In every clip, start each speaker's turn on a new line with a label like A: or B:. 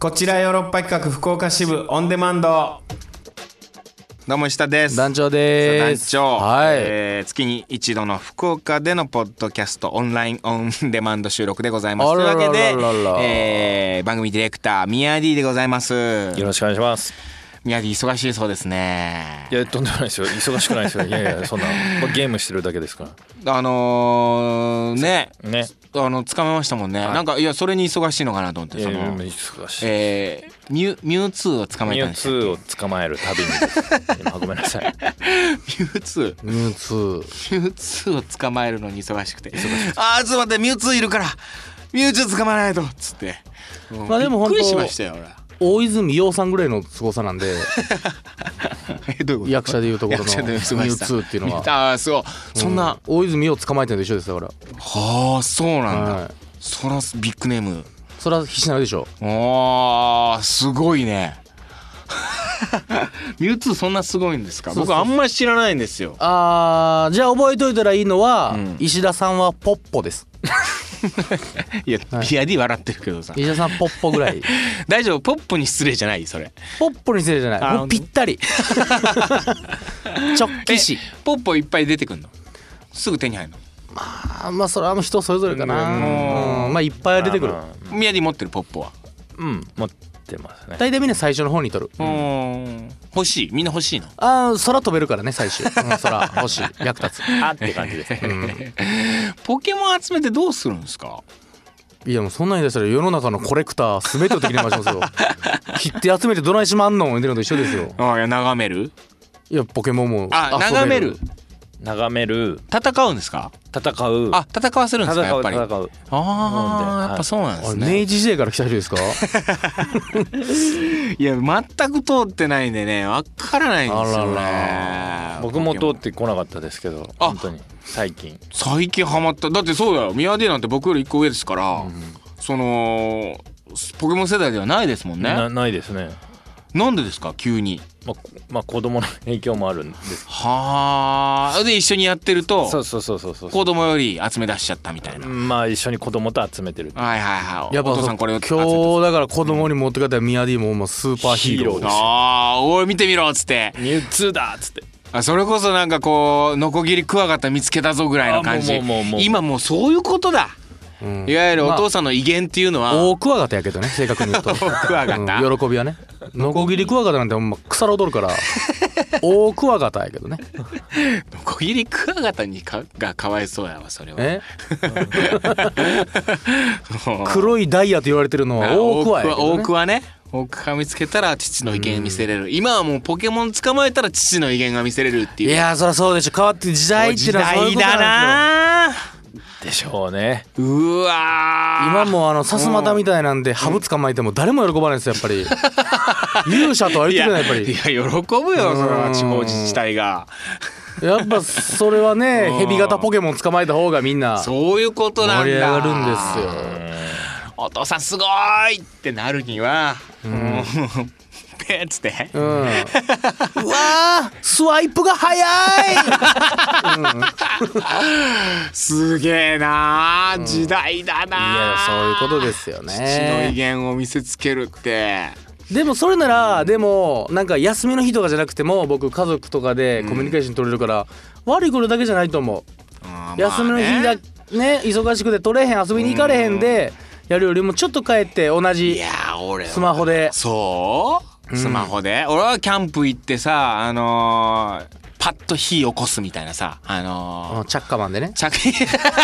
A: こちらヨーロッパ企画福岡支部オンデマンドどうも石田です
B: 団長で
A: 団
B: す。
A: 長、
B: はい、
A: えー月に一度の福岡でのポッドキャストオンラインオンデマンド収録でございます
B: あららららら
A: というわけで、えー番組ディレクター宮 D でございます
B: よろしくお願いします。
A: 宮 D 忙しいそうですね
B: いやとんでもないですよ。忙しくないですよ。いやいやそん な、まあ、ゲームしてるだけですか
A: あのー、ね
B: らね。
A: あの掴めましたもんね、なんかいやそれに忙しいのかなと思って
B: い
A: そ
B: やいや
A: の、
B: 忙しい。
A: えーミュミュウツーを捕まえ
B: ミュ
A: た
B: ウ
A: んで
B: ツ
A: すよ
B: ーを捕まえる旅にです。今ごめんなさ い。
A: ミュウツー
B: ミュウツー。
A: ミュウツーを捕まえるのに忙しくてあーちょっと待ってミュウツーいるからミュウツー捕まえないとっつってもう
B: まあでも本当
A: びっくりしましたよ俺
B: 大泉洋さんぐらいの凄さなんで、
A: え どういうこと
B: 役者でいうところの
A: 役者で忙しさ
B: ミュウツーっていうのは
A: ミュウツ ーあーそうそんな、
B: う大泉洋捕まえてるのと一緒ですだか
A: はあそう
B: ら。
A: なんだ、
B: はい。
A: そらビッグネーム
B: それは必死なるでしょ。
A: あーすごいね ミュウツーそんなすごいんですか
B: そうそう
A: 僕あんまり知らないんですよ
B: あーじゃあ覚えといたらいいのは、
A: うん
B: 石田さんはポッポです。
A: いや、
B: はい
A: ビアディ笑ってるけどさ
B: 石田さんポッポぐらい。
A: 大丈夫ポップに失礼じゃないそれ
B: ポッポに失礼じゃな
A: あ
B: い。もう
A: 本当
B: ぴったり。 直帰し。
A: ポッポいっぱい出てくんのすぐ手に入るの
B: あまあそれはもう人それぞれかな、
A: うん
B: うんまあいっぱい出てくる、
C: まあまあ
A: 宮城持ってるポップは、
B: うん
C: 持ってますね。
B: 大体みんな最初の方に取る、
A: うーん、欲しいみんな欲しいの
B: ああ空飛べるからね最終、うん、空欲しい役立 つ、
C: あって感じですね。
B: うん、
A: ポケモン集めてどうするんですか
B: いやもうそんなん言い出したら世の中のコレクター全てを敵に回し ますよ切って集めてどないしまんのん言うてるのと一緒ですよ
A: あいや眺める
B: いやポケモンも
A: あ
B: 遊べ
A: 眺める
C: 眺める、
A: 戦うんですか
C: 戦う、
A: あ戦わせるんですか
C: 戦
A: やっ
C: う、
A: ぱり
C: 戦う。
A: ああやっぱそうなんで
B: あ
A: す
B: れ
A: ね
B: 明治時代から来た人 ですか
A: いや全く通ってないんでねわからないんですよね
B: あら
C: 僕も
A: ポ
C: 通
A: ケモン
C: ってこなかったですけど、
A: あ
C: 本当に最近。
A: 最近ハマっただってそうだよ宮城なんて僕より一個上ですから、
C: うん
A: そのポケモン世代ではないですもんね
C: な
A: な
C: ないですね。
A: んでですか急に
C: まあ、こまあ、子供の影響もあるんです。
A: はあで一緒にやってると
C: そうそうそうそうそう。
A: 子供より集め出しちゃったみたいな、
C: まあ一緒に子供と集めてる。
A: はいはいはい
B: やっぱ
A: お父さんこれを集めて
B: 今日だから子供に持って帰ったらミヤディももうスーパーヒーロー
C: ヒーロー
A: ああおい見てみろっつって
C: ミュウツーだっつって。
A: あそれこそなんかこうノコギリクワガタ見つけたぞぐらいの感じ
C: あもうもうもうもう
A: 今もうそういうことだ
B: うん
A: いわゆるお父さんの威厳っていうのは、
B: 大クワガタやけどね正確に言う と
A: クワガタ
B: うん喜びはねノコギリクワガタなんてほんま腐る踊る から大クワガタやけどね
A: ノコギリクワガタにかがかわいそうやわそれ は
B: え黒いダイヤと言われてるのは大クワやけど
A: 大
B: ね
A: クワね大クワ見つけたら父の威厳見せれる今はもうポケモン捕まえたら父の威厳が見せれるって
B: い
A: いう
B: やーそりゃそうでしょ変わって時代ってい
A: 時
B: うのはそういう
A: 代
B: ことなんですよ
A: だなあ
C: でしょうね。
A: うわー
B: 今もうあのさすまたみたいなんでハブ捕まえても誰も喜ばないですよやっぱり 勇者とは言ってくれないやっぱり
A: いや喜ぶよそれは地方自治体が
B: やっぱそれはね
A: うん
B: ヘビ型ポケモン捕まえた方がみんな
A: そういうことなんだ
B: 盛り上がるんですよ
A: お父さんすごいってなるには、もう ペッつって
B: うん、うわースワイプが早 い
A: すげえなあ時代だなあ、
B: いやそういうことですよね
A: 父の威厳を見せつけるって
B: でもそれならでもなんか休みの日とかじゃなくても僕家族とかでコミュニケーション取れるから悪いことだけじゃないと思
A: あー
B: う休みの日
A: まあ
B: だ
A: ね
B: ね忙しくて取れへん遊びに行かれへんでやるよりもちょっと帰って同
A: い
B: じ
A: やー俺は
B: スマホで
A: そうスマホで、俺はキャンプ行ってさあのーパッと火起こすみたいなさあのー
B: あのチャッカマンでね
A: 着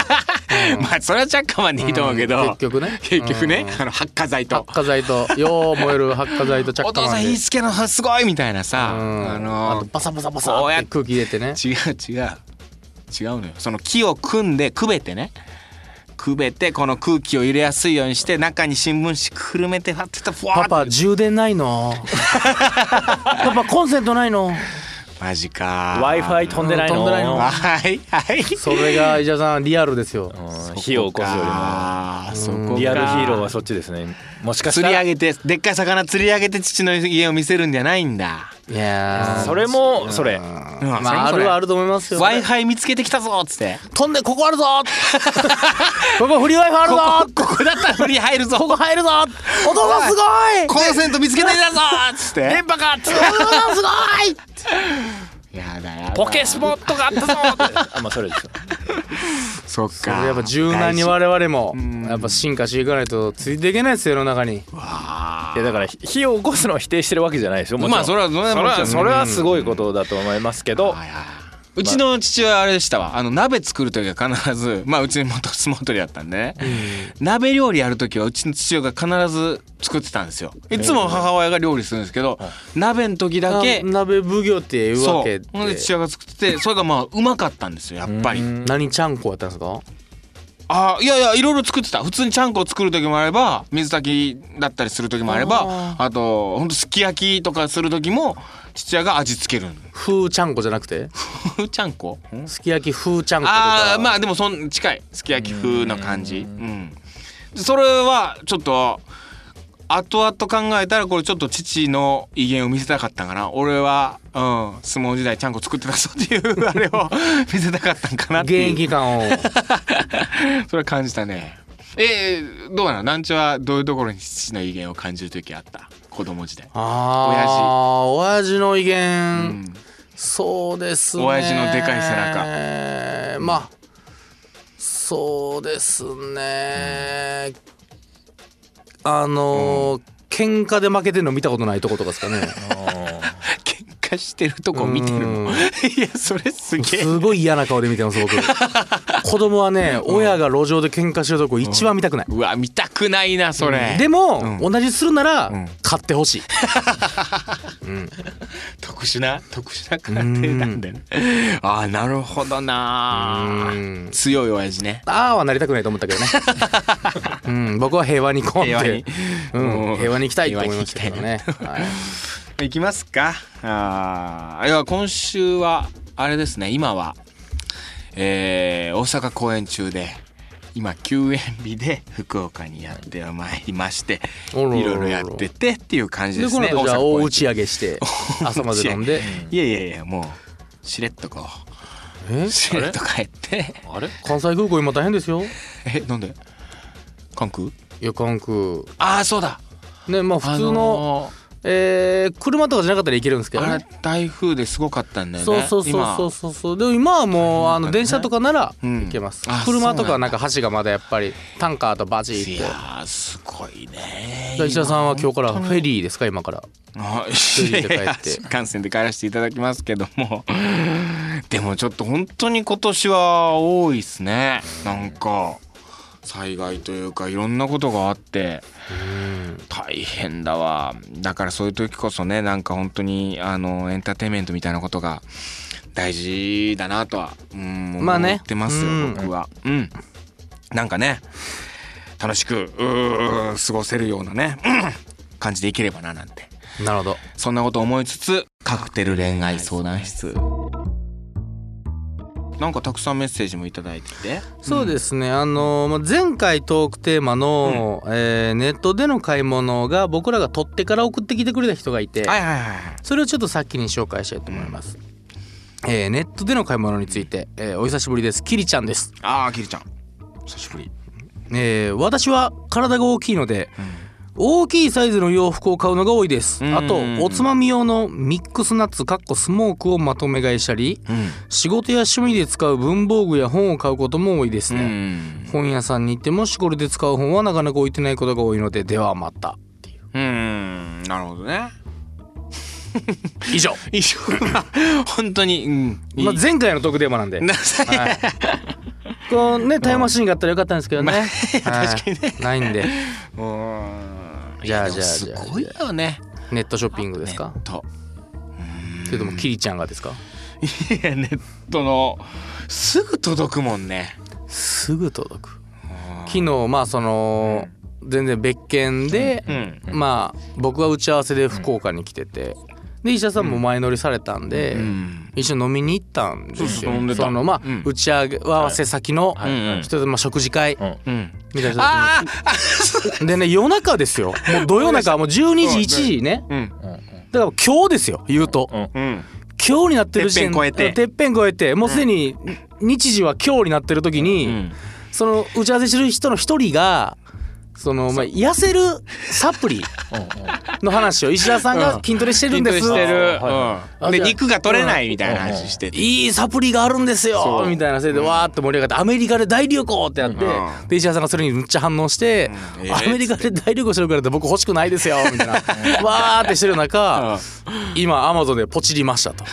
A: まあそれはチャッカマンでいいと思うけど、
B: うん結局ね
A: 結局ね
B: うん
A: あの発火剤と
B: 発火剤とよう燃える発火剤とチャ
A: お
B: ッカ
A: 父
B: マ
A: さん
B: ンで
A: 火つけのすごいみたいなさ、
B: うん
A: あ
B: あ
A: の
B: とバサバサバサ
A: こう
B: っ
A: やって
B: 空気入れてね
A: 違う違う違うのよその木を組んでくべてねくべてこの空気を入れやすいようにして中に新聞紙くるめて貼ってたふわー
B: パ
A: って
B: パ充電ないのパパコンセントないの
A: マジか
C: Wi-Fi 飛んでない
B: 飛ん
C: の。
B: でないの
A: はいはい
B: それが伊沢さんリアルですよ
C: うん火を起こすよりも。
A: あーそこか
C: リアルヒーローはそっちですね。もしかし
A: 釣
C: た
A: り上
C: ら。
A: げてでっかい魚釣り上げて父の家を見せるんじゃないんだ
B: いやー
C: それもそれ。
A: うん
B: ま
A: それも
B: あ、あ
A: それ
B: るはあると思いますよ、
A: w i f i 見つけてきたぞっつって
B: 飛んでここあるぞ ここフリー Wi-Fi あるぞ
A: ここだったら振り入るぞ
B: ここ入るぞお父さんすごい
A: こセント見つけてんだぞっ つって
C: 電波かっつって
A: すごいやだやだ
C: ポケスポットがあったぞってあまあそれですよ
A: そっか
B: やっぱ柔軟に我々もやっぱ進化していかないとついていけないですよ世の中に
C: いやだから火を起こすのを否定してるわけじゃないですよもちろん
A: まあそれはそれ
C: それ
A: はもちろ
C: は
A: ん
C: それはすごいことだと思いますけど
A: はいはいうちの父親あれでしたわあの鍋作る時は必ずまあうち元相撲取りだったんでね、鍋料理やる時はうちの父親が必ず作ってたんですよいつも母親が料理するんですけど、鍋の時だけ
B: な鍋奉行っていうわ
A: そ
B: け
A: う
B: で
A: ほんで父親が作っててそれがまあうまかったんですよやっぱり
C: うん
B: 何ちゃんこやったんですか
A: あいやいやいろいろ作ってた普通にちゃんこ作る時もあれば水炊きだったりする時もあればあとほんとすき焼きとかする時も父親が味付ける
B: 風ちゃんこじゃなくて
A: ちゃんこん
B: すき焼き風ちゃんことか
A: あーまあでもそん近いすき焼き風な感じうんでそれはちょっと後々考えたらこれちょっと父の威厳を見せたかったんかな俺は、うん、相撲時代ちゃんこ作ってたぞっていうあれを 見せたかったんかなっていう
B: 現役感 を
A: それは感じたねえー、どうなの団地はどういうところに父の威厳を感じる時あった子供時代
B: あー親父の威厳、
A: ん
B: そうですね
A: 親父のでかい背
B: 中まあそうですね、あのー喧嘩で負けてるの見たことないとことかですかね
A: 喧嘩してるとこ見てる
B: うん
A: の いやそれすげえ
B: すごい嫌な顔で見てます 僕子供はね、親が路上で喧嘩してるとこ一番見たくない、
A: うわ見たくないなそれ、
B: でも、
A: うん
B: 同じするなら、
A: ん
B: 買ってほしい
A: 特殊な特殊な家庭なんだよねああなるほどな
B: うん
A: 強い親父ね
B: ああはなりたくないと思ったけど ね。うん、僕は平和に行こうって。
A: 平和に
B: う
A: うん
B: ん、平和に行きたいと思いましたけどね。はい
A: いきますかあーいや今週はあれですね今はえー大阪公演中で今休園日で福岡にやってまいりましてい
B: おろろろ
A: ろ
B: ろ
A: いろやっててっていう感じ
B: で、
A: です
B: この
A: ね
B: 後じゃあ
A: 大阪公
B: 大
A: 演
B: 打ち上げして、 朝まで飲んで。
A: いやいやいやもうしれっとこ
B: え
A: うしれっと帰って
C: あれ
B: 関西空港今大変ですよ。
A: えなんで関空
B: 夜間空。
A: ああそうだ
B: ね、まあ普通の、
A: あー
B: えー車とかじゃなかったら行けるんですけど
A: あ
B: ね
A: れ。台風ですごかったんだよ
B: そう
A: ね。
B: そうそうそうそうそうでも今はもうあの電車とかなら
A: うん
B: 行けます、
A: あ
B: 車とか
A: そ
B: は
A: う
B: な
A: な
B: んん
A: だ
B: か橋がまだやっぱりタンカーとバチ
A: 今い
B: って
A: やーすごいね。
B: 石田さんは今日からフェリーですか今から
A: あ
B: 人で帰って
A: いやいや新幹線で帰らせていただきますけども、でもちょっと本当に今年は多いですね。なんか災害というかいろんなことがあって。大変だわだからそういう時こそねなんか本当にあのエンターテインメントみたいなことが大事だなとは、うん、
B: まあね
A: 思ってますよ、
B: うん
A: 僕は。うん、なんかね楽しくうー過ごせるようなね、うん感じでいければななんて
B: なるほど
A: そんなこと思いつつカクテル恋愛相談室なんかたくさんメッセージもいただいてて
B: そうですね、あのまあ前回トークテーマの、えーネットでの買い物が僕らが取ってから送ってきてくれた人がいて、
A: はいはいはい
B: それをちょっと先に紹介したいと思います、えーネットでの買い物について、えーお久しぶりですキリちゃんです、
A: ああキリちゃん久しぶり
B: えー私は体が大きいので、大きいサイズの洋服を買うのが多いです
A: うん
B: あとおつまみ用のミックスナッツかっこスモークをまとめ買いしたり
A: うん
B: 仕事や趣味で使う文房具や本を買うことも多いです
A: う
B: ね、
A: ん
B: 本屋さんに行ってもしこれで使う本はなかなか置いてないことが多いのでではまた
A: うんなるほど ね
B: 以上、
A: 以上 は本当に、うん、いい
B: まあ、前回のトークテーマなんで
A: な さい
B: こうねタイムマシンがあったらよかったんですけどね、はい ないんで
A: うーん
B: じゃあ
A: いやでも
B: じゃあ
A: す
B: じゃあ
A: ごいよね
B: ネットショッピングですか
A: ネット
B: それともキリちゃんがですか
A: いやネットのすぐ届くもんね
B: すぐ届く昨日まあその、全然別件で、
A: うん
B: まあ僕は打ち合わせで福岡に来ててで医者さんも前乗りされたんで、
A: うん
B: 一緒に飲みに行ったんですよ
A: そうそう飲んでた
B: のまあ、
A: うん
B: 打ち合わせ先の
A: いはいはい
B: 人で、まあ、食事会、
C: うん
A: うん
B: みたいな
A: あーあ
B: でね夜中ですよもう土曜中もう12時1時ね
A: うん
B: だから今日ですよ言うと、
C: うん
A: うん
B: 今日になってる時点
A: てっぺん越えて
B: っぺん越えてもうすでに日時は今日になってる時に、
A: うん
B: その打ち合わせしてる人の一人がそのまあ痩せるサプリの話を石田さんが筋トレしてるんです。
A: 筋トレしてる、
C: は
A: うん、
B: あ
A: で
B: じゃあ
A: 肉が取れないみたいな話してて、
B: いいサプリがあるんです
A: そ
B: よ
A: う
B: みたいなせいでわーって盛り上がってアメリカで大流行ってなって、
A: うん
B: で石原さんがそれにむっちゃ反応して、
A: うんええ
B: アメリカで大流行してるからって僕欲しくないですよみたいな、 わーってしてる中、今アマゾンでポチりましたと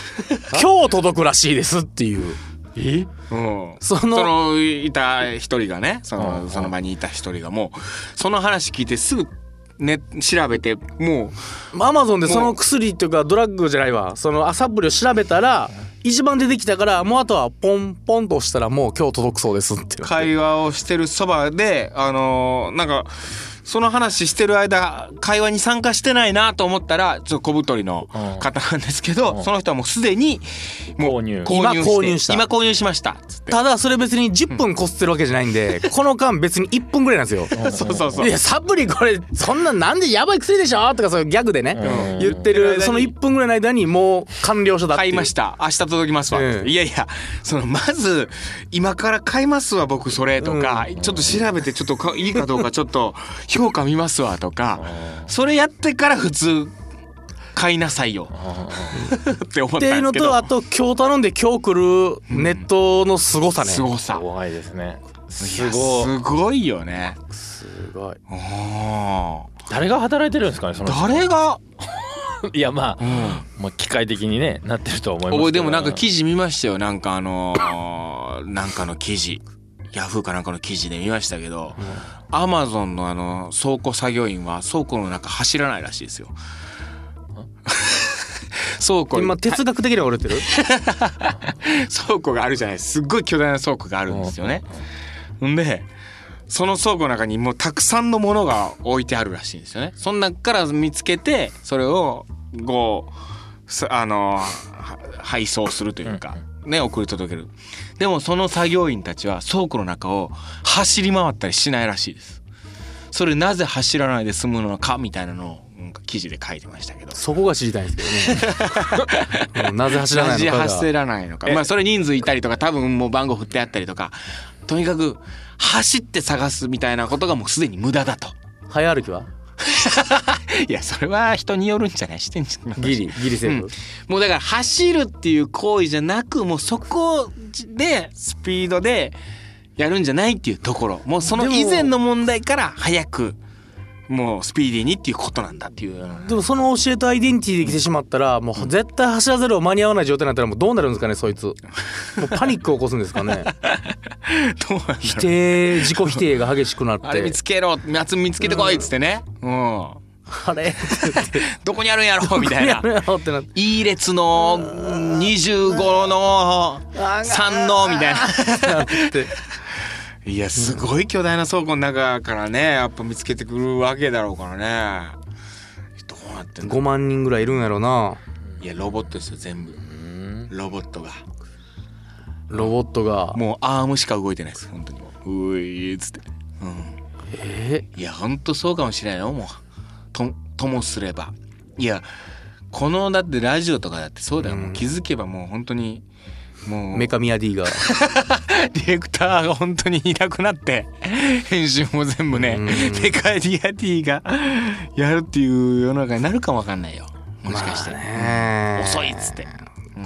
B: 今日届くらしいですっていう
C: え
A: うん、
B: その
A: そのいた一人がねその,、その場にいた一人がもうその話聞いてすぐ、ね、調べても
B: アマゾンでその薬というかドラッグじゃないわそのサプリを調べたら一番出てきたからもうあとはポンポンと押したらもう今日届くそうですっていう
A: う会話をしてるそばであのーなんかその話してる間会話に参加してないなと思ったらちょっと小太りの方なんですけど、その人はもうすでにもう
C: 購入
A: して
B: 今購入した
A: 今購入しましたっつって
B: ただそれ別に10分こすってるわけじゃないんで、この間別に1分ぐらいなんですよ。
A: そうそうそう
B: いやサプリこれそんななんでやばい薬でしょとかそういうギャグでね、
C: うん
B: 言って
A: うん
B: るその1分ぐらいの間にもう完了書だって
A: 買
B: いう
A: いました明日届きますわ、
B: ええ
A: いやいやそのまず今から買いますわ僕それとか、ちょっと調べてちょっと かいいかどうかちょっと評価見ますわとかそれやってから普通買いなさいよ って思
B: った
A: っ
B: ていうんの
A: ですけど
B: とあと今日頼んで今日来るネットの凄さね、
A: すごさ
C: 怖いですね
A: いや
C: すごい
A: すごいよね
B: すごい
A: おー
C: 誰が働いてるんですかねその人
A: 誰が、
C: いやまあ
A: うん
C: まあ機械的にねなってるとは思いますけど
A: おいでもなんか記事見ましたよなんかあの ーなんかの記事ヤフーかなんかの記事で見ましたけど、アマゾンのあの倉庫作業員は倉庫の中走らないらしいですよ 倉庫に
B: 今哲学的に折れ てる
A: 倉庫があるじゃないすっごい巨大な倉庫があるんですよね。んでその倉庫の中にもうたくさんのものが置いてあるらしいんですよね。その中から見つけてそれをこうすあのは配送するというか、ね、送り届ける。でもその作業員たちは倉庫の中を走り回ったりしないらしいです。それなぜ走らないで済むのかみたいなのをなんか記事で書いてましたけど。
B: そこが知りたいんです けどね、うんなぜ走らないのかが
A: 走らないのか
C: え
A: まあそれ人数いたりとか多分もう番号振ってあったりとかとにかく走って探すみたいなことがもうすでに無駄だと
B: 早歩きはい
A: やそれは人によるんじゃないしてんじゃない
B: ギリギリセーフ、
A: もうだから走るっていう行為じゃなくもうそこでスピードでやるんじゃないっていうところもうその以前の問題から早くもうスピーディーにっていうことなんだっていうような
B: でもその教えとアイデンティティで来てしまったらもう絶対走らざるを間に合わない状態になったらもうどうなるんですかねそいつもうパニックを起こすんですか ね
A: どうなんだろう
B: 否定自己否定が激しくなって
A: あれ見つけろ夏見つけてこいっつってねうん
B: あれ
A: どこにあるんやろみたい
B: や
A: な
B: め。ろってなって
A: いい列の25の3のみたいな。
B: なって
A: いやすごい巨大な倉庫の中からねやっぱ見つけてくるわけだろうからね。どうなってんの
B: 5万人ぐらいいるんやろない
A: やロボットですよ全部。ロボットが
B: ロボットが
A: もうアームしか動いてないです本当にもうういっつって。うん、
B: え
A: いやほんとそうかもしれないよもう。とともすれば。いやこのだってラジオとかだってそうだよ、もう気づけばもう本当にもう
B: メカミヤ D が
A: ディレクターが本当にいなくなって編集も全部ねメカディアティがやるっていう世の中になるかもわかんないよもしかして、
B: ね
A: 遅いっつって、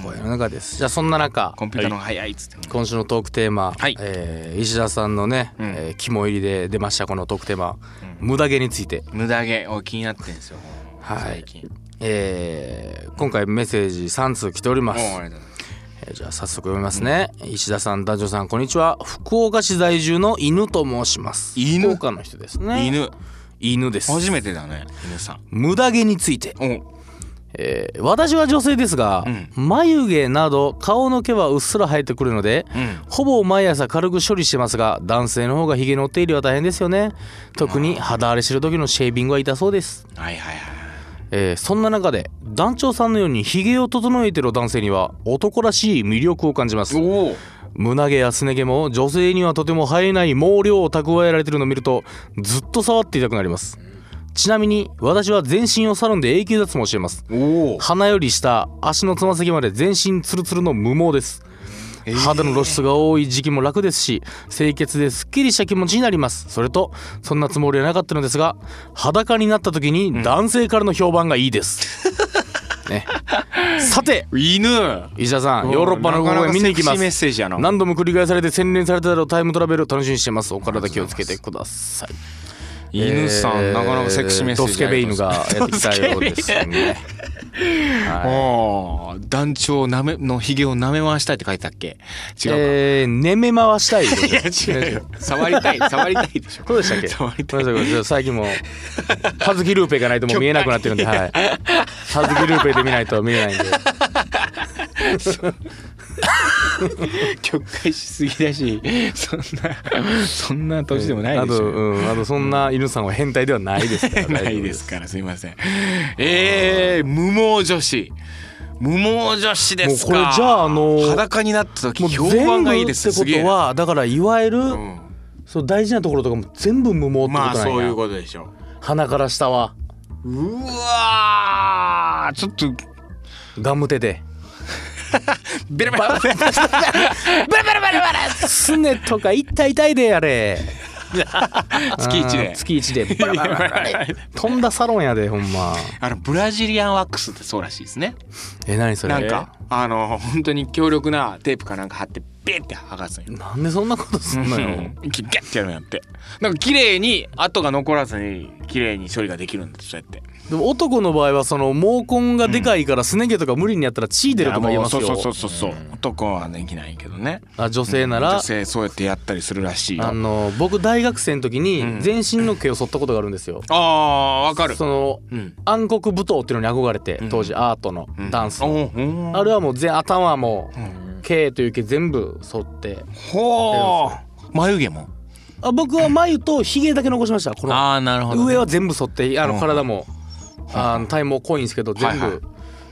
B: こういう世の中ですじゃあそんな中
A: コンピューターの方が早いっつって、
B: 今週のトークテーマ、
A: はい
B: えー石田さんのね、
A: うん
B: えー肝入りで出ましたこのトークテーマ、無駄毛について、
A: 無駄毛を気になってんですよ、
B: はい
A: 最近
B: えー今回メッセージ3通来ておりま
A: もう
B: す、
A: あれだ
B: えーじゃあ早速読みますね、石田さん男女さんこんにちは福岡市在住の犬と申します
A: 犬
B: 福岡の人ですね
A: 犬
B: 犬です
A: 初めてだね犬さん
B: 無駄毛について
A: お
B: えー私は女性ですが、眉毛など顔の毛はうっすら生えてくるので、
A: ん
B: ほぼ毎朝軽く処理してますが男性の方がヒゲのお手入れは大変ですよね特に肌荒れしてる時のシェービングは痛そうです、
A: はいはいはい
B: えーそんな中で団長さんのようにヒゲを整えてる男性には男らしい魅力を感じます
A: おお
B: 胸毛やすね毛も女性にはとても生えない毛量を蓄えられてるのを見るとずっと触っていたくなりますちなみに私は全身をサロンで永久脱毛しています
A: おお
B: 鼻より下足のつま先まで全身ツルツルの無毛です肌の露出が多い時期も楽ですし清潔ですっきりした気持ちになりますそれとそんなつもりはなかったのですが裸になった時に男性からの評判がいい です、ね、さて
A: 犬
B: 石田さんヨーロッパの
A: なか
B: 方
A: な
B: へ
A: か
B: 見に行きま
A: セクシーメッ
B: す
A: セージやな
B: 何度も繰り返されて洗練されただろうタイムトラベル楽しみにしてますお体気をつけてください
A: 犬さん、
B: えー
A: なかなかセクシーメッセー
B: ド
A: ジ
B: スケベイヌがやってきたようです ね
A: ああ団長をなめのひげを舐め回したいって書いてたっけ違うか、
B: えー、ねめ回したいい
A: いや違うよ触り たい触りたいでしょ
B: そうでしたっけ
A: 触りた
B: ご
A: い
B: めんなさいごめんなさい最近もう葉月ルーペがないともう見えなくなってるん で、はい、葉月ルーペで見ないと見えないんで
A: 曲解しすぎだしそんなそんな年でもない
B: あ
A: でし
B: と、
A: ょ、
B: うん、あとそんな犬さんは変態ではないですから大丈夫
A: ないですからすいませんえー、無毛女子無毛女子ですか
B: もうこれじゃああの
A: 裸になった時
B: もう
A: 評
B: 全
A: 判
B: 部っ
A: がい
B: て
A: いです
B: こ
A: すげえ
B: と
A: な
B: はだからいわゆる、
A: うん
B: そう大事なところとかも全部無毛ってこと
A: ま
B: なん
A: あ
B: や、
A: そういうことでしょ
B: 鼻から下は
A: ううわーちょっと
B: ガム手で
A: ベラベラ
B: バラバラバラバラすねとか痛い痛いであれ
A: 月一
B: あー
A: で
B: 月一でバラバラバラバラ飛んだサロンやでほんま
A: あのブラジリアンワックスってそうらしいですね
B: え何それ
A: なんかあの本当に強力なテープかなんか貼ってビッて剥がすんよ
B: なんでそんなことすんのよ
A: ギュッてやるんやってなんか綺麗に跡が残らずに綺麗に処理ができるんだってそうやって
B: でも男の場合はその毛根がでかいからすね毛とか無理にやったら血出るとか言いますよ
A: そうそうそうそう、男はできないけどね
B: あ女性なら、
A: 女性そうやってやったりするらしいよ
B: あ
A: あ
B: の僕大学生の時
A: うん
B: に全身の毛を剃ったことがあるんですよ、
A: あーわかる
B: その
A: うん
B: 暗黒舞踏っていうのに憧れて当時アートの
A: うん
B: ダンス、
A: おーおー
B: あれはもう全頭も
A: うん
B: 毛という毛全部剃って
A: ほー眉毛も
B: あ僕は眉とひげだけ残しましたこの
A: あなるほ
B: 上は全部剃ってあ
A: うん
B: の体もあの体毛濃いんですけど全部、
A: はいはい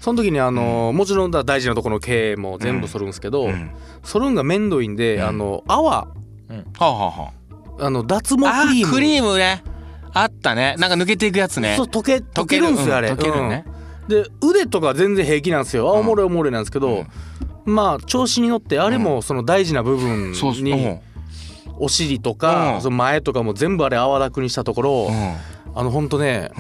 B: その時にあのもちろんだ大事なところの毛も全部剃るんですけど、
A: うん、
B: 剃るんが面倒いんで、
A: うん
B: あの泡
A: はあ、はあはあ
B: あの脱毛
A: あ
B: クリーム
A: クリームねあったねなんか抜けていくやつね
B: そう溶け溶けるんすよあれ、
A: うん溶けるね、
B: うんで腕とか全然平気なんですよあ
A: うん
B: おもろいおもろいなんですけど、まあ調子に乗ってあれもその大事な部分
A: そうそう、
B: にお尻とか、
A: うん
B: その前とかも全部あれ泡だくにしたところ、
A: うん
B: あのほんとね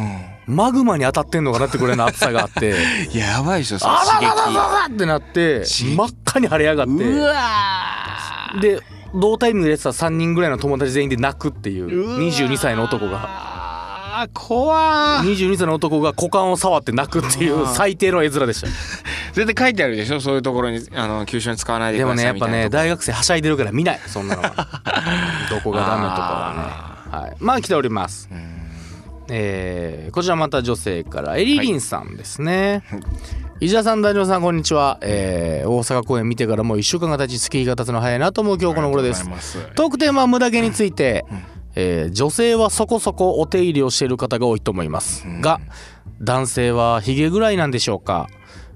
A: う
B: マグマに当たってんのかなってぐらいの熱さがあって
A: ん、やばいでしょその
B: あら
A: 刺
B: ららら
A: 激
B: らってなって
A: 刺激
B: 真っ赤に腫れ上がっ
A: う
B: て
A: わ
B: で同タイムのやつは3人ぐらいの友達全員で泣くっていう22歳の男が。
A: が怖ー
B: 22歳の男が股間を触って泣くっていう最低の絵面でした
A: 絶対書いてあるでしょそういうところにあの急所に使わないで
B: で
A: く
B: も
A: だ
B: ね
A: さ
B: や
A: い
B: っ
A: み
B: ぱ
A: たいな
B: ね
A: とこ
B: 大学生はしゃいでるから見ないそんなのは どこがダメとかはねはいまあ来ておりますえーこちらまた女性からエリリンさんですね、石田さん、大丈夫さん、こんにちは、えー大阪公演見てからもう1週間が経ち、月日が経つの早いなと思う今日この頃です
A: ありがとうございます
B: トークテーマは無駄毛について、えー女性はそこそこお手入れをしている方が多いと思いますが男性はヒゲぐらいなんでしょうか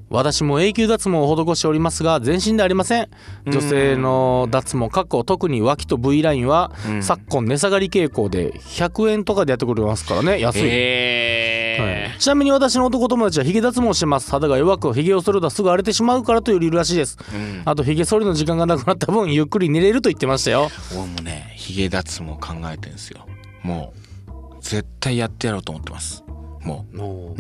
B: 私も永久脱毛を施しておりますが全身ではありません女性の脱毛確保特に脇と V ラインは、昨今値下がり傾向で100円とかでやってくれますからね安い、
A: え
B: はいちなみに私の男友達はヒゲ脱毛してます肌が弱くヒゲを剃るとすぐ荒れてしまうからという理由らしいです、
A: ん
B: あとヒゲ剃りの時間がなくなった分ゆっくり寝れると言ってましたよ
A: ー俺もねヒゲ脱毛考えてんすよもう絶対やってやろうと思ってますもうも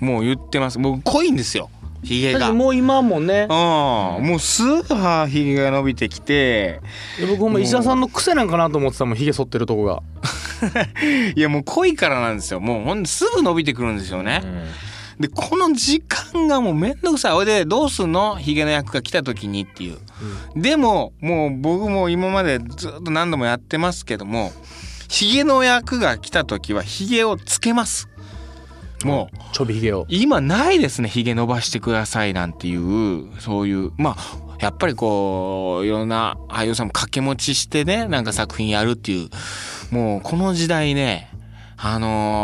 A: うもう言ってますもう濃いんですよヒゲ
B: だ
A: が
B: ってもう今もね
A: うん、もうすぐはひげが伸びてきて
B: 僕ほんま石田さんの癖なんかなと思ってたもんひげ剃ってるとこが
A: いやもう濃いからなんですよもうほんですぐ伸びてくるんですよね、でこの時間がもうめんどくさいほいでどうすんのひげの役が来た時にっていう、でももう僕も今までずっと何度もやってますけどもひげの役が来た時はひげをつけますもう
B: ちょびひげを
A: 今ないですねひげ伸ばしてくださいなんていうそういうまあやっぱりこういろんな俳優さんも掛け持ちしてねなんか作品やるっていうもうこの時代ねあ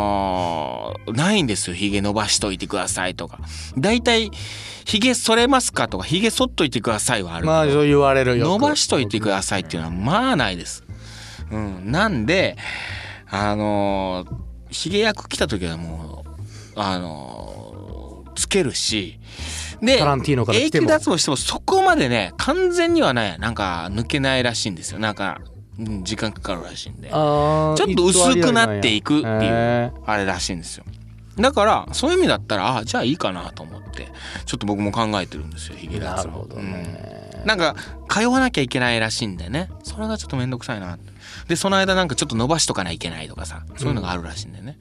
A: のーないんですよひげ伸ばしといてくださいとか大体ひげ剃れますかとかひげ剃っといてくださいはあるけど
B: まあそう言われるよ
A: 伸ばしといてくださいっていうのはまあないです。うん、なんであのーひげ役来た時はもうあのーつけるしで
B: タランティーノから
A: 永
B: 来て
A: 久
B: も
A: 脱毛してもそこまでね完全にはねなんか抜けないらしいんですよなんか、うん時間かかるらしいんで
B: あー
A: ちょっと薄くなっていくっていう
B: へー
A: あれらしいんですよだからそういう意味だったらあじゃあいいかなと思ってちょっと僕も考えてるんですよヒゲ
B: な
A: 脱
B: るほ
A: 毛
B: どね、
A: うんなんか通わなきゃいけないらしいんだよねそれがちょっと面倒くさいなってでその間なんかちょっと伸ばしとかないといけないとかさそういうのがあるらしいんだよね、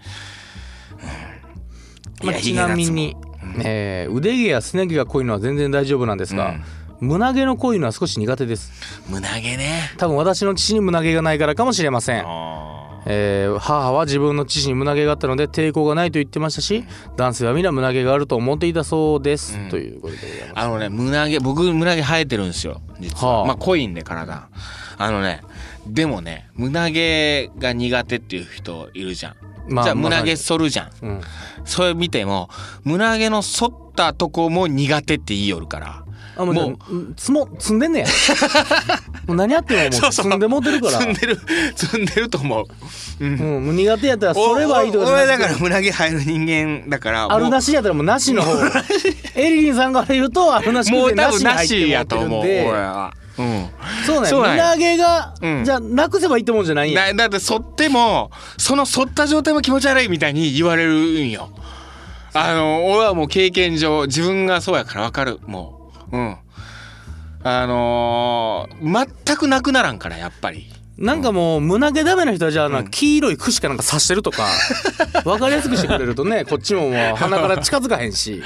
A: うん
B: まあ、ちなみに、えー腕毛やすね毛が濃いのは全然大丈夫なんですが、胸毛の濃いのは少し苦手です
A: 胸毛ね
B: 多分私の父に胸毛がないからかもしれません
A: あ
B: えー母は自分の父に胸毛があったので抵抗がないと言ってましたし男性は皆胸毛があると思っていたそうです、
A: うん
B: ということでございます
A: のね胸毛僕胸毛生えてるんですよ実は、
B: はあ
A: まあ濃いんで体あのねでもね胸毛が苦手っていう人いるじゃん、
B: ま
A: じゃあ胸毛
B: ま
A: 剃るじゃん
B: あうん、
A: それ見ても胸毛の剃ったとこも苦手って言いよるから
B: あもう
A: も
B: もう積も積んでんねやもう何やってももう
A: そうそう
B: 積んでもうてるから
A: 積んでる積んでると思う
B: うん、もう苦手やったらそれはいいとか
A: お
B: じゃ
A: 俺
B: な
A: だ
B: くて
A: から胸毛生える人間だから
B: ある
A: もう
B: なしやったらもうなしの方エリリンさんから言うとあるなし
A: も
B: で
A: う多
B: な
A: 分
B: し
A: なし
B: に入
A: や
B: って
A: と
B: もうてる
A: 思
B: んで
A: う俺はうん
B: そうなん
A: そうなんや
B: や胸毛が、
A: うん
B: じゃあなくせばいいってもんじゃないんや
A: だだって剃ってもその剃った状態も気持ち悪いみたいに言われるんよあの俺はもう経験上自分がそうやから分かるもううんあのー全くなくならんからやっぱり
B: なんかもう胸毛ダメな人はじゃあな黄色い串かなんか刺してるとか分かりやすくしてくれるとねこっちももう鼻から近づかへんし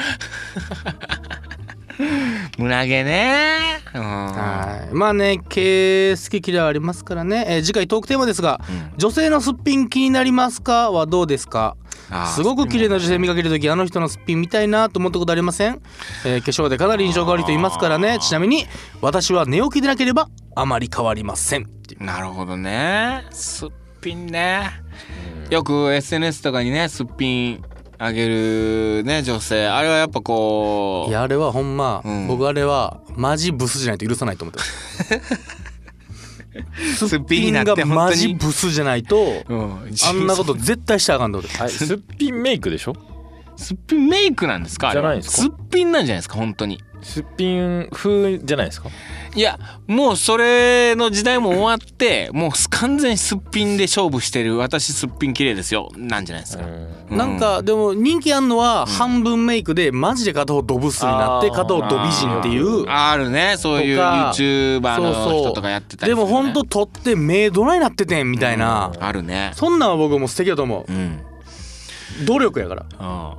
A: 胸毛ねうん
B: はいまあね毛好き嫌いはありますからね、えー次回トークテーマですが、女性のすっぴん気になりますかはどうですか
A: あー
B: すごく綺麗な女性見かけるときあの人のすっぴん見たいなと思ったことありません、えー化粧でかなり印象変わりと言いますからねちなみに私は寝起きでなければあまり変わりませんっていう
A: なるほどねすっぴんねよく SNS とかにねすっぴんあげるね女性あれはやっぱこう
B: いやあれはほんま、
A: うん
B: 僕あれはマジブスじゃないと許さないと思ってます
A: すっぴんになって
B: すっぴんがマジブスじゃないと
A: うん
B: あんなこと絶対しちゃあかんと思ってます
C: はい、すっぴんメイクでしょ
A: すっぴんメイクなんですかあれは
C: じゃないんですか
A: すっぴんなんじゃないですか本当に
C: すっぴん風じゃないですか
A: いやもうそれの時代も終わってもう完全にすっぴんで勝負してる私すっぴん綺麗ですよなんじゃないですか、う
B: なんかでも人気あんのは半分メイクでマジで片方ドブスになって
C: あー
B: 片方ド美人っていう
A: あるねそういう
B: とか
A: YouTuber の
B: そうそう
A: 人とかやってたり
B: です
A: る、ね、
B: もほんと撮って目どないなっててんみたいな
A: あるね
B: そんなんは僕も素敵だと思
A: うん
B: う努力やから
A: あ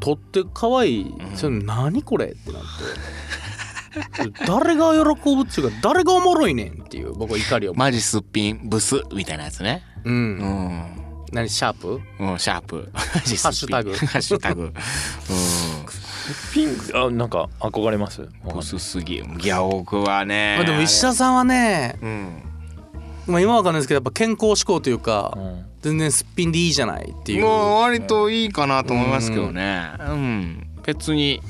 B: 撮って可愛いそれ何これってなって誰が喜ぶっちゅうか誰がおもろいねんっていう僕は怒りを
A: マジすっぴんブスみたいなやつね
B: う
A: うんん、
B: 何シャープ
A: うん、シャープハ
B: ハッシュタグ
A: ハッシュタグ うん
C: ピンあなんか憧れます
A: ブスすぎいや僕はね
B: まあでも石田さんはね
A: うん
B: まあ今はわかんないですけどやっぱ健康志向というか
C: うん
B: 全然すっぴんでいいじゃないっていう
A: もう割といいかなと思いますけどねうん別に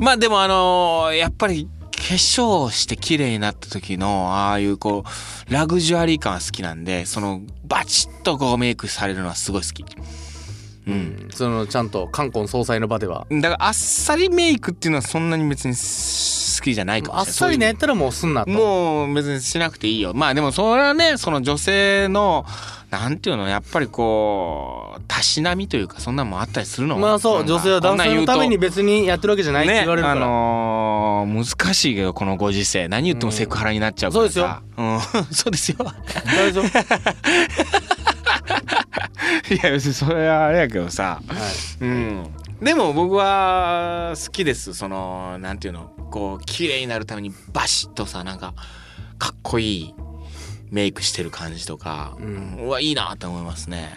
A: まあでもあのーやっぱり化粧して綺麗になった時のああいうこうラグジュアリー感は好きなんでそのバチッとこうメイクされるのはすごい好きうん
B: そのちゃんと冠婚葬祭の場では
A: だからあっさりメイクっていうのはそんなに別に好きじゃないか
B: あ
A: も
B: っ
A: しれない
B: さりねやったらもうすんなと
A: もう別にしなくていいよまあでもそれはねその女性のなんていうのやっぱりこうたしなみというかそんなのもあったりするの
B: まあそう女性は男性のために
A: 別
B: 別にやってるわけじゃないって
A: ね
B: 言われるか
A: あ
B: ら、
A: のー難しいけどこのご時世何言ってもセクハラになっちゃうからさ、うん、そうですよ
B: 大丈夫、はい
A: いや別にそれはあれやけどさうんでも僕は好きですそのなんていうのこう綺麗になるためにバシッとさなんかかっこいいメイクしてる感じとか、う
B: うん
A: うわいいなと思いますね、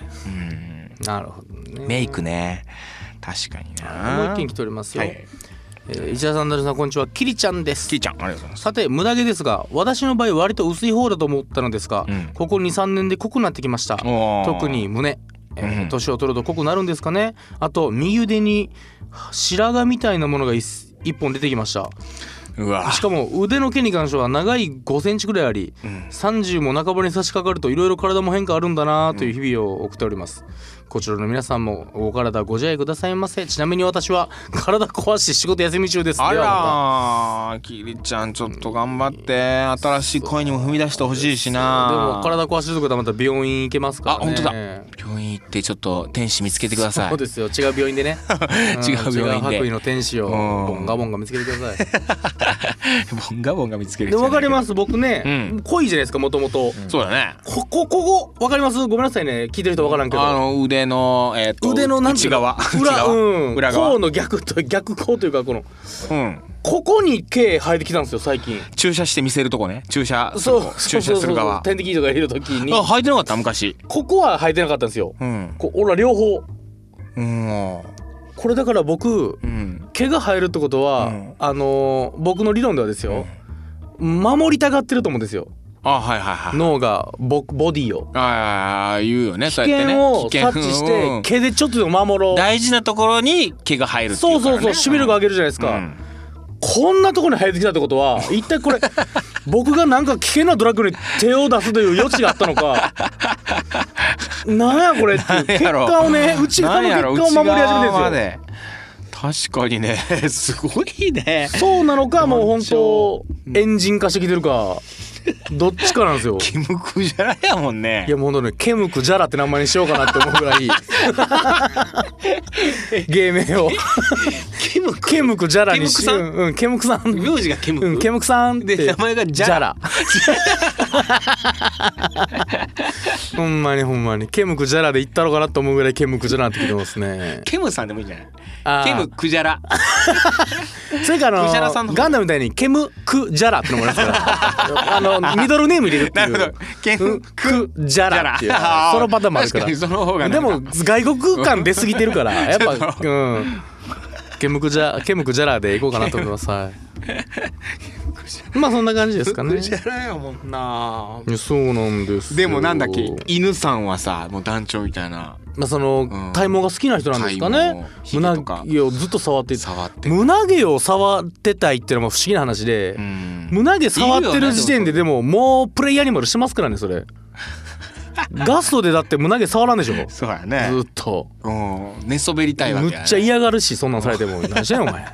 B: なるほどね
A: うん、メイクね確かにな
B: もう一件来ておりますよ、
A: はいはい
B: えー石田さんダルさんこんにちはキリちゃんです
A: キーちゃんありがとうございます
B: さてムダ毛ですが私の場合割と薄い方だと思ったのですが、
A: うん
B: ここ23年で濃くなってきました
A: おー
B: 特に胸えー
A: うん
B: 年を取ると濃くなるんですかねあと右腕に白髪みたいなものが一一本出てきました
A: うわ
B: しかも腕の毛に関しては長い5センチくらいあり、
A: ん
B: 30も半ばに差し掛かるといろいろ体も変化あるんだなという日々を送っております、こちらの皆さんもお体ご自愛くださいませちなみに私は体壊して仕事休み中です
A: あ
B: では
A: らーキリちゃんちょっと頑張って新しい恋にも踏み出してほしいし
B: ま
A: な
B: たでも体壊してるとこまた病院行けますから、ね、
A: あ本当だ病院行ってちょっと天使見つけてくださ
B: そ
A: いう
B: ですよ違う病院でねん
A: 違う病院で
B: 違う白衣の天使を
A: うん
B: ボンガボンガ見つけてください
A: ボンガボンガ見つける
B: でわかりますす僕ね、
A: うん
B: 濃いじゃないですかもともと
A: そうだね
B: ここここわかりますごめんなさいね聞いてる人わからんけど
A: あの腕のえっと
B: 腕のなんてい
A: 内
B: うの
A: 側
B: 裏うん
A: 内裏側
B: 甲の逆と逆甲というかこの
A: うん
B: ここに毛生えてきたんですよ最近
A: 注射して見せるとこね注射するとこ注射する側あ
B: 点滴とか入れる時に
A: 履いてなかった昔
B: ここは生えてなかったんですよ
A: うん
B: こうほら両方
A: うん
B: これだから僕
A: うん
B: 毛が生えるってことは、
A: うん
B: あのー僕の理論ではですよ、守りたがってると思うんですよ
A: あはいはいはい
B: 脳がボボディを
A: ああ言うよね
B: 危
A: そうやってね
B: 険を
A: 危険
B: 察知し
A: う
B: て
A: ん
B: 毛でちょっとでも守ろう
A: 大事なところに毛が入るってい
B: そうう
A: か
B: そ
A: ら、
B: う
A: ね、
B: そう守備力上げるじゃないですか、
A: うん
B: こんなところに生えてきたってことは一体こ れ僕がなんか危険なドラッグに手を出すという余地があったのか なんやこれっていう
A: なん
B: 結
A: やろ
B: 果をね内側
A: なんや
B: の
A: ろ
B: 結果を守り始めてるん
A: 内側ま
B: で
A: で確かにね すごい ね
B: すよそうなのかもう本当エンジン化してきてるかどっちかなんですよ
A: キムクじゃらやもんね
B: いやもうほんとねケムクジャラって名前にしようかなって思うぐらい芸名を
A: キムク
B: ケムクジャラにし
A: ケム
B: うんうんケムクさん
A: 名字がキムク、
B: うん、ケムクさんって
A: で名前がジャラ
B: ジャラ ほんまにほんまにケムクジャラで行ったろかなと思うぐらいケムクジャラって聞いてますね
A: ケムさんでもいいんじゃない
B: あ
A: ケ
B: ー
A: ムクジャラ
B: それからあの
A: クジャラさんの方
B: ガンダムみたいにケムクジャラってのもらいます からあのミドルネーム入れるって
A: ないるほど
B: う
A: ケム
B: クジャラ っていう
A: ジャラ
B: そのパターンもあるから
A: 確かにその方が
B: で
A: なんか
B: も外国感出過ぎてるからやっぱうんケムクジャケムクジャラで行こうかなと思いますはいまあそんな感じですか
A: ケ
B: ね
A: ムクジャラやもんない
B: やそうなんですよ
A: でもなんだっけ犬さんはさもう団長みたいな
B: まあその
A: ん
B: 体毛が好きな人なんですかね
A: 体毛
B: 胸
A: 髭とか
B: 毛をずっと触って
A: 触って
B: 胸毛を触ってたいっていうのも不思議な話で
A: うん
B: 胸毛触ってる時点ででももうプレイアニマルしてますからねそ れガストでだって胸毛触らんでしょず
A: そうやね
B: っと
A: うん寝そべりたいわけ
B: む
A: やね
B: っちゃ嫌がるしそんなんされても何してんのお前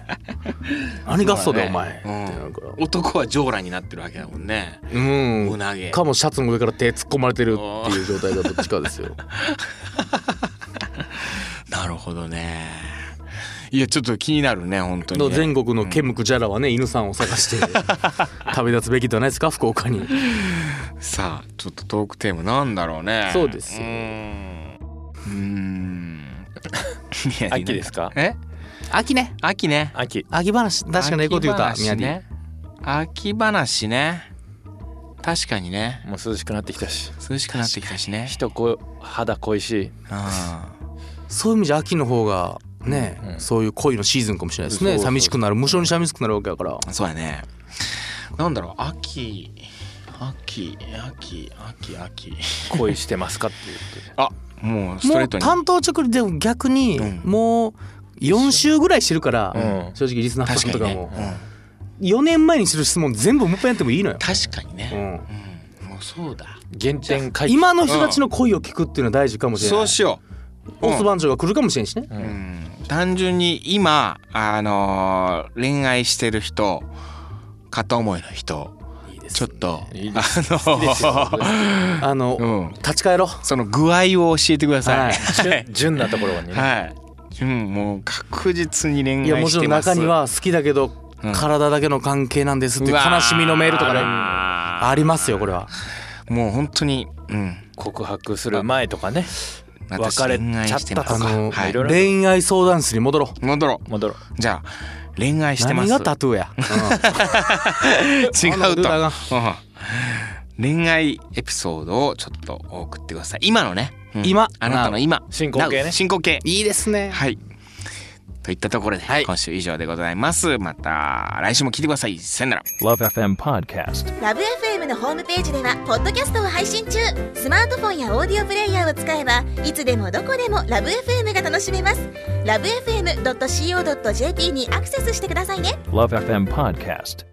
B: 何ガストでお前って
A: う
B: な
A: ん
B: るから
A: 男は上裸になってるわけだもんね
B: うん
A: 胸毛
B: かもシャツの上から手突っ込まれてるっていう状態がどっちかですよ
A: なるほどねいやちょっと気になるね本当に、ね、
B: 全国のケムクジャラはね犬さんを探して旅立つべきではないですか福岡に
A: さあちょっとトークテーマなんだろうね
B: そうですよ
A: うーんうーん いや
C: 秋ですか
A: え
B: 秋ね
A: 秋ね
C: 秋
B: 秋話確かにええこと言うた
A: 秋話ね秋話ね確かにね
C: もう涼しくなってきたし
A: 涼しくなってきたしね
C: 人こ肌恋しい
A: あ
B: そういう意味じゃ秋の方がね、
C: うん
B: そういう恋のシーズンかもしれないです
C: そう
B: ね
C: そう
B: 寂しくなる無性に寂しくなるわけだから
A: あそうやねなんだろう秋秋秋秋秋
C: 恋してますかっていうことで
A: あもうスト
B: も
A: レー
B: う
A: トに
B: 担当直でも逆に、
A: うん
B: もう4週ぐらいしてるから、
C: うん
B: 正直リスナーさん
A: 確
B: と
A: か
B: か
A: に
B: も
A: ね、
B: 4年前にする質問全部もう一回やってもいいのよ
A: うん、確かに
B: う
A: ね、
B: ん、
A: うんもうそうだ
C: 原点回帰
B: 今の人たちの恋を聞くっていうのは大事かもしれない、
A: そうしよう、
B: オス番長が来るかもしれんしね、
A: うんうん単純に今あのー恋愛してる人片思いの人
B: いいで
A: ちょっと
C: いい
A: あの
C: です
A: ー
B: あの、
A: うん
B: 立ち返ろう
A: その具合を教えてください
C: 純純なところにね、
A: はい、うん、もう確実に
B: い
A: 恋
B: や
A: 愛
B: も
A: し
B: ちろ
A: て
B: ん
A: ます
B: 中には好きだけど、
A: うん
B: 体だけの関係なんですっていう悲しみのメールとかね
A: う
B: あ
A: わー
B: りますよこれは
A: もう本当にうん
C: 告白する前とかね
A: 私
C: 別れ
A: 恋愛してます
B: あの、
A: はい
C: いろいろ
B: 恋愛相談室に戻ろう
A: 戻ろ
C: 戻ろう
A: うじゃあ恋愛してま
B: 何
A: す
B: がタトゥーや、
A: 違
B: あの
A: う
B: ルー
A: と
B: ラーが、
A: うん恋愛エピソードをちょっと送ってください今のね、うん
B: 今
A: あなたの今
C: 進行形ね
A: な進行形
B: いいですね
A: はい。とといったところで、今週以上でございますまた来週も聞いてくださいさよなら
D: LoveFM Podcast.
E: ラブ f m のホームページではポッドキャストを配信中スマートフォンやオーディオプレイヤーを使えばいつでもどこでもラブ f m が楽しめますラブ FM.co.jp にアクセスしてくださいね
D: LoveFM Podcast.